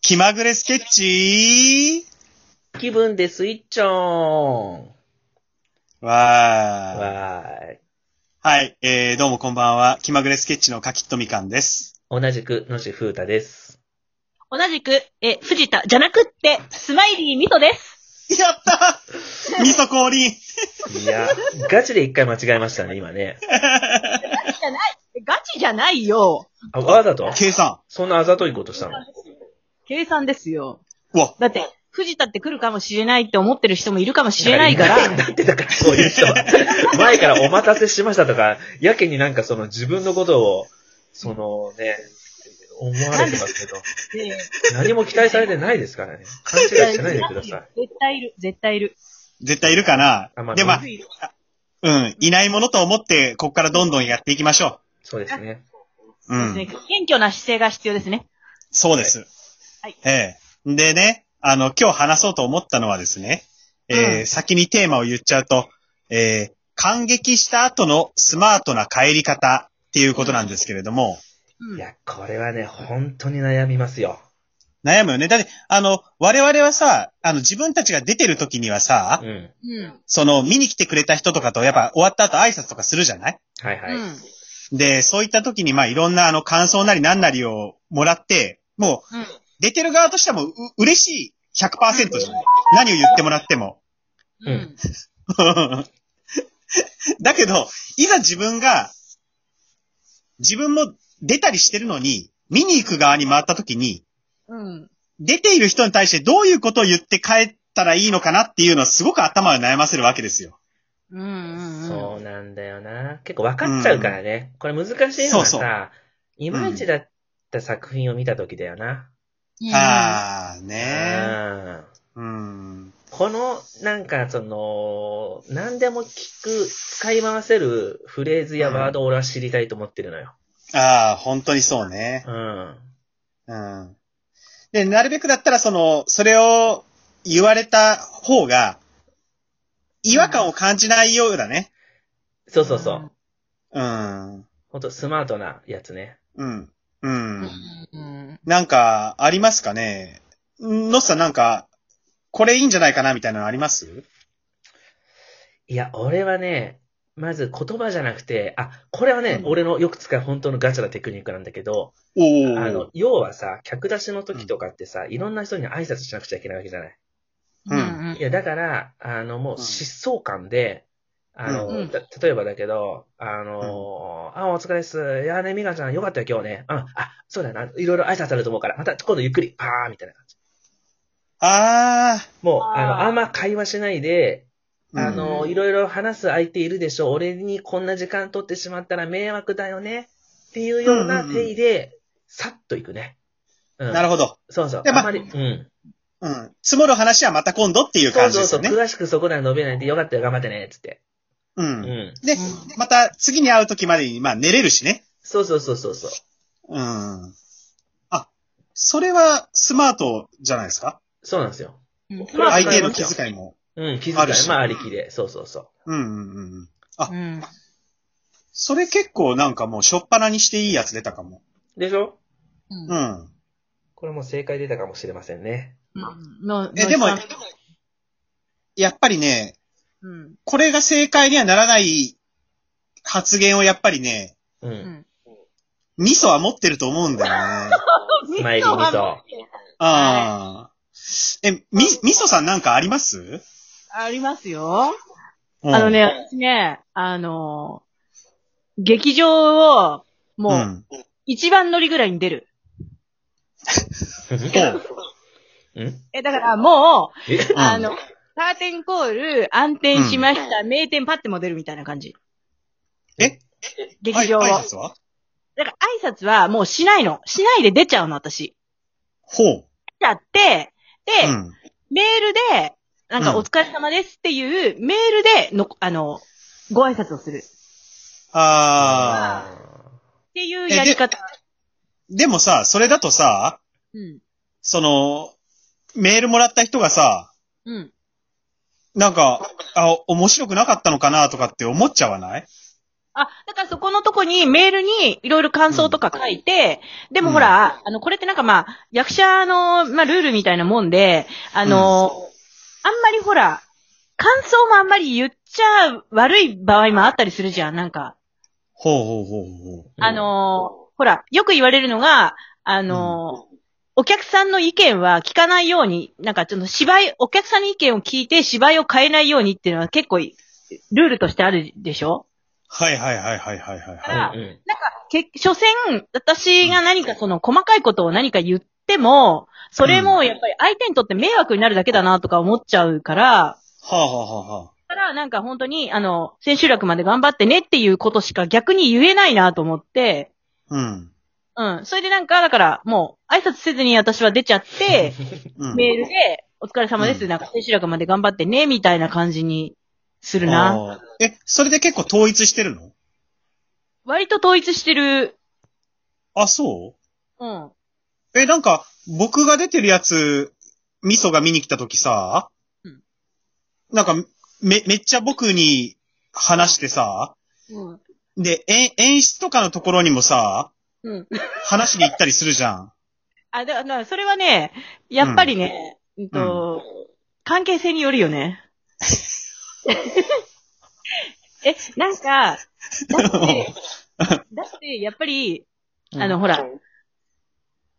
気まぐれスケッチ気分でスイッチョーンーわー。わーい。はい、えー、どうもこんばんは。気まぐれスケッチのかきっとみかんです。同じく、野地風太です。同じく、え、藤田じゃなくって、スマイリーミトです。やった ーみそ降臨いや、ガチで一回間違えましたね、今ね。ガチじゃないガチじゃないよあ、わざと計算。そんなあざといことしたの計算ですよ。うわ、だって、藤田って来るかもしれないって思ってる人もいるかもしれないから、だだってだからそういう人。前からお待たせしましたとか、やけになんかその自分のことを、そのね、思われてますけど、ね何も期待されてないですからね。勘違いしないでください。絶対いる、絶対いる。絶対いるかなあまあで、まあ、いるうん、いないものと思って、こっからどんどんやっていきましょそうですね。う。うねん。謙虚な姿勢が必要ですね。そうです。はいええでね、あの、今日話そうと思ったのはですね、えーうん先にテーマを言っちゃうと、えー、感激した後のスマートな帰り方っていうことなんですけれども、ういん。や、これはね、本当に悩みますよ。悩むよね。だって、あの、我々はさ、あの、自分たちが出てる時にはさ、うん。うん。その、見に来てくれた人とかと、やっぱ終わった後挨拶とかするじゃないはいはい。うん。で、そういった時に、まあ、いろんな、あの、感想なり何なりをもらって、もう、うん。出てる側としても、う、嬉しい100%じゃない何を言ってもらっても。 うんうん。だけど、いざ自分が、自分も出たりしてるのに、見に行く側に回った時に、うん。出ている人に対してどういうことを言って帰ったらいいのかなっていうのはすごく頭を悩ませるわけですよ。うん。うん。そうなんだよな。結構分かっちゃうからね。これ難しいのそうはそうさ、いまいちだった作品を見た時だよな。うん。ああ、うねん。え。うん。この、なんか、その、何でも聞く、使い回せるフレーズやワードを俺は知りたいと思ってるのよ。ああ、本当にそうね。うん。うん。で、なるべくだったらその、それを言われた方が、違和感を感じないようだね。そうそうそう。うん。ほんと、スマートなやつね。うん。う。うんん。なんか、ありますかねのっさんなんか、これいいんじゃないかなみたいなのありますいや、俺はね、まず言葉じゃなくて、あ、これはね、うん俺のよく使う本当のガチャなテクニックなんだけど、おあーの、要はさ、客出しの時とかってさ、いろんな人に挨拶しなくちゃいけないわけじゃない。うん。うんいや、だから、あの、うもうん疾走感で、あの、うんた例えばだけど、あのーあ、お疲れっす。いやね、みかちゃん、よかったよ、今日ね。うん、あ、そうだよな。いろいろ挨拶あると思うから、また今度ゆっくり、パーみたいな感じ。ああ。もう、あーあの、あんま会話しないで、あうんの、うんいろいろ話す相手いるでしょ。俺にこんな時間取ってしまったら迷惑だよね。っていうような定位で、さっと行くね。うん。なるほど。そうそう。でまああんまり、うん。うん。積もる話はまた今度っていうそう感じそでうすそよう。ね。詳しくそこら伸びないで、よかったよ、頑張ってね、つって。う。うんん。で、また次に会う時までに、まあ寝れるしね。そうそうそうそうそう。うん。あ、それはスマートじゃないですかそうなんですよ。うん。まあ相手へのスマート気遣いも。うん、気遣いあるしまあ、ありきで。そうそうそう。うんうんうん。うん。それ結構なんかもうしょっぱなにしていいやつ出たかも。でしょうんう。ん。これも正解出たかもしれませんね。うんの、え、のでもさん、やっぱりね、うん。これが正解にはならない発言をやっぱりね、う。うんん。ミソは持ってると思うんだ よね。スマイルミソ。ああ。え、み、ミソさんなんかありますありますよ。うんあのね、私ね、あのー劇場を、もうう、ん。一番乗りぐらいに出る。おううんえ、だからもえう、 あの、カーテンコール、暗転しました、名店パッても出るみたいな感じ。え劇場を。あい挨だ拶はから挨拶はもうしないの。しないで出ちゃうの、私。ほう。出ちゃって、で、うん。メールで、なんうかんお疲れ様ですっていう、メールでの、あの、ご挨拶をする。ああ。っていうえやり方。でもさ、それだとさ、うん。その、メールもらった人がさ、うん。なんか、あ、面白くなかったのかなとかって思っちゃわないあ、だからそこのとこにメールにいろいろ感想とか書いて、でもほら、あの、これってなんかまあ、役者の、まあ、ルールみたいなもんで、あの、あんまりほら、感想もあんまり言っちゃ悪い場合もあったりするじゃん、なんか。ほうほうほうほう。うんあの、ほら、よく言われるのが、あの、お客さんの意見は聞かないように、なんかちょっと芝居、お客さんの意見を聞いて芝居を変えないようにっていうのは結構い、ルールとしてあるでしょはいはいはいはいはいはいはあうんうんけ、所詮、私が何かその細かいことを何か言っても、それもやっぱり相手にとって迷惑になるだけだなとか思っちゃうから、い。はあはあはあはあ。だからなんか本当に、あの、千秋楽まで頑張ってねっていうことしか逆に言えないなと思って、うん。うん。それでなんか、だから、もう、挨拶せずに私は出ちゃって、うん。メールで、お疲れ様です。なんか、千秋楽まで頑張ってね、みたいな感じにするな。あーえ、それで結構統一してるの割と統一してる。あ、そうん。うえ、なんか、僕が出てるやつ、ミソが見に来た時さ、うんなんか、め、めっちゃ僕に話してさ、うん。で、え演出とかのところにもさ、うん。話に行ったりするじゃん。あ、だだから、それはね、やっぱりね、うんと、関係性によるよ ね。え、なんか、だって、だって、やっぱり、あの、ほら、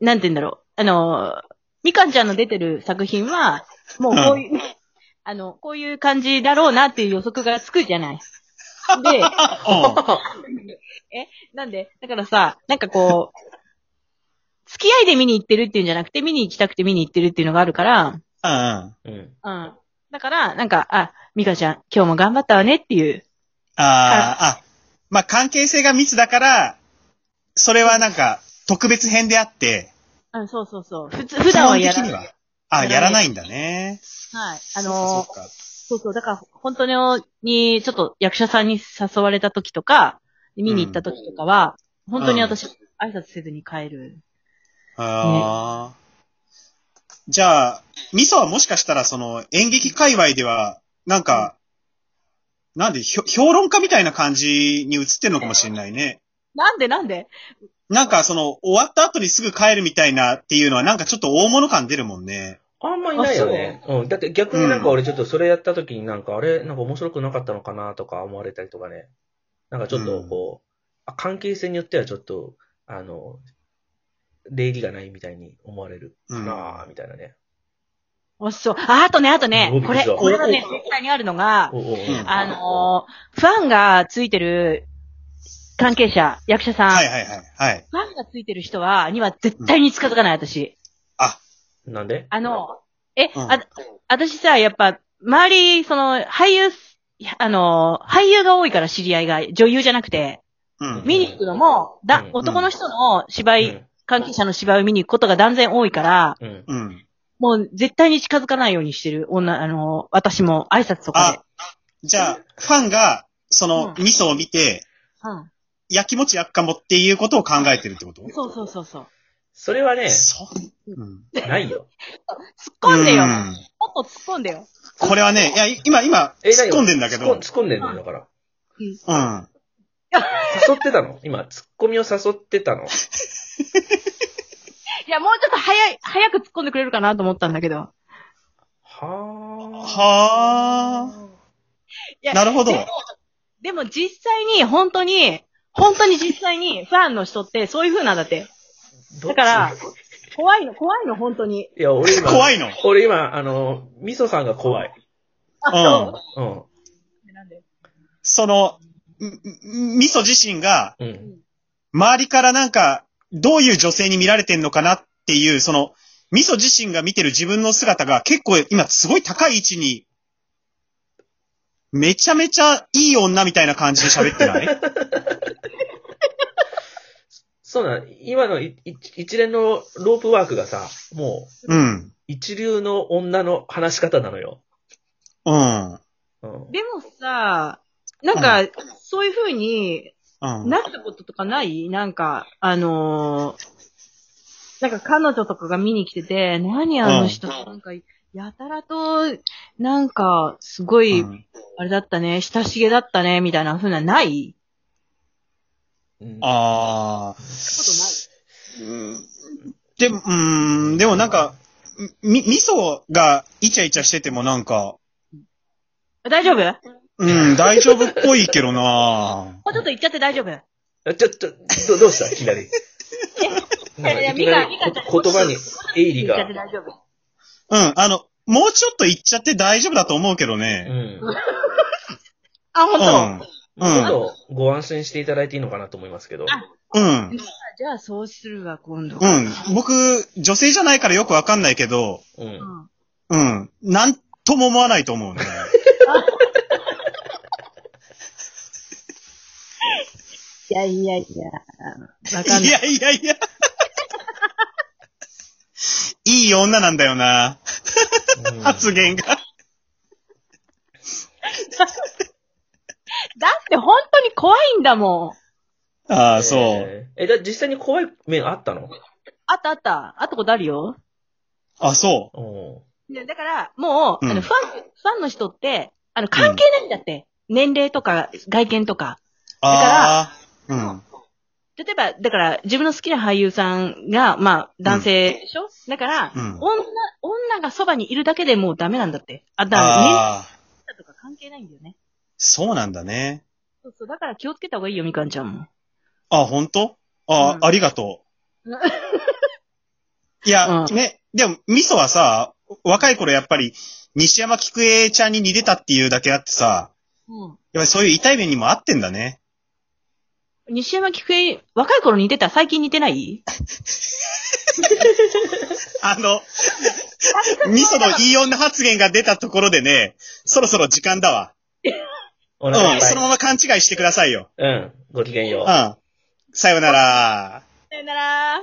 なんて言うんだろう。あの、みかんちゃんの出てる作品は、もうこういう、あの、こういう感じだろうなっていう予測がつくじゃない。で、あ、なんで、だからさ、なんかこう、付き合いで見に行ってるっていうんじゃなくて、見に行きたくて見に行ってるっていうのがあるから、うん。うん。 うん。うん。だから、なんか、あ、みかんちゃん、今日も頑張ったわねっていう。あーあ、まあ、関係性が密だから、それはなんか、特別編であって、うん、そうそうそう。普通、普段はや基ら本な的にい。はは。あ、やらないやらないんだね。い。あのーそっかそっかそうそう、だから、本当に、に、ちょっと役者さんに誘われた時とか、見に行った時とかは、本当に私、挨拶せずに帰る。あーじゃあ、ミソはもしかしたら、その、演劇界隈では、なんか、なんで、ひょ評論家みたいな感じに映ってるのかもしれないね。なんでなんでなんか、その、終わった後にすぐ帰るみたいなっていうのは、なんかちょっと大物感出るもんね。あんまいないよね。うん。だって逆になんか俺ちょっとそれやった時になんか、あれ、なんか面白くなかったのかなとか思われたりとかね。なんかちょっとこう、あ関係性によってはちょっと、あの、礼儀がないみたいに思われるかなみたいなね。おそう。あ、あとね、あとね、これ、おおこれはね、絶対にあるのが、おうおううんあのーファンがついてる関係者、役者さん、はいはいはい。はい。ファンがついてる人は、には絶対に近づかない、私。なんであの、え、うんあ、私さ、やっぱ、周り、その、俳優、あのー、俳優が多いから知り合いが、女優じゃなくて、うん。見に行くのも、だ、うん男の人の芝居、関係者の芝居を見に行くことが断然多いから、うん。うん。うん。もう絶対に近づかないようにしてる、女、あのー、私も挨拶とかであ。、じゃあ、ファンが、その、う味噌を見て、うやきもちやっかもっていうことを考えてるってことん。そうそうそうそう。それはね、そう。うん。ないよ。突っ込んでよ。うもっと突っ込んでよ。これはね、いや、い今、今、えな突っいよ込んでんだけ突っ込ど、突っ込んでんだよだから。うん。誘ってたの今、突っ込みを誘ってたの。いや、もうちょっと早い、早く突っ込んでくれるかなと思ったんだけど。はぁ。はいやなるほどでもでも実際に、本当に、本当に実際にファンの人ってそういう風なんだって。どっだちから、怖いの、怖いの、本当に。いや、俺今、怖いの俺今、あの、みそさんが怖い。あ、うんそうん。う。なんでその、んん味噌自身が、うん。周りからなんか、どういう女性に見られてんのかなっていう、その、味噌自身が見てる自分の姿が結構今すごい高い位置に、めちゃめちゃいい女みたいな感じで喋ってない そうなの、今のいい一連のロープワークがさ、もう、うん。一流の女の話し方なのよ。うん。うん。でもさ、なんか、そういう風にうん。なったこととかないなんか、あのーなんか彼女とかが見に来てて、何あの人、なんか、やたらと、なんか、すごい、うんあれだったね、親しげだったね、みたいな風なのないうん、ああ。ことない。うんで、うーん、でもなんか、み、味噌がイチャイチャしててもなんか、大丈夫もうん、大丈夫っぽいけどなうちょっと言っちゃって大丈夫あちょっと、どどうしたいきなり。なんかいきなり いやいやミカミカちゃんこ言葉にエイリ言っちゃがって。大丈夫。うん、あの、もうちょっと言っちゃって大丈夫だと思うけどうね。ん。あ、うん、本当、ちょっとご安心していただいていいのかなと思いますけど。うん、じゃあそうするわ、今度。うん。僕、女性じゃないからよくわかんないけど、う。うん んうん、なんとも思わないと思うね。いやいやいや、わかいんない。やいやいや。 いい女なんだよな、うん発言が。だって本当に怖いんだもん。ああ、そう。えー。え、じゃあ実際に怖い面あったのあったあった。あったことあるよ。あ、そおねだから、もう、うんあの、ファン、ファンの人って、あの、関係ないんだって。年齢とか、外見とか。う。ああ、うん。例えば、だから、自分の好きな俳優さんが、まあ、男性でしょ、だから、うん女、女がそばにいるだけでもうダメなんだって。あ、だから、年齢ああ。差とか関係ないんだよね。そうなんだね。そうそう、だから気をつけた方がいいよ、みかんちゃんも。あ、本当あ、うんありがとうう。いや、うんね、でも、味噌はさ、若い頃やっぱり、西山菊江ちゃんに似てたっていうだけあってさ、うん。やっぱりそういう痛い目にも合ってんだね。西山菊江、若い頃似てた最近似てないあ の、味噌のいい女発言が出たところでね、そろそろ時間だわ。おうん、腹いっぱいそのまま勘違いしてくださいよ。うん。ごきげんようう。ん。さようなら。さよなら。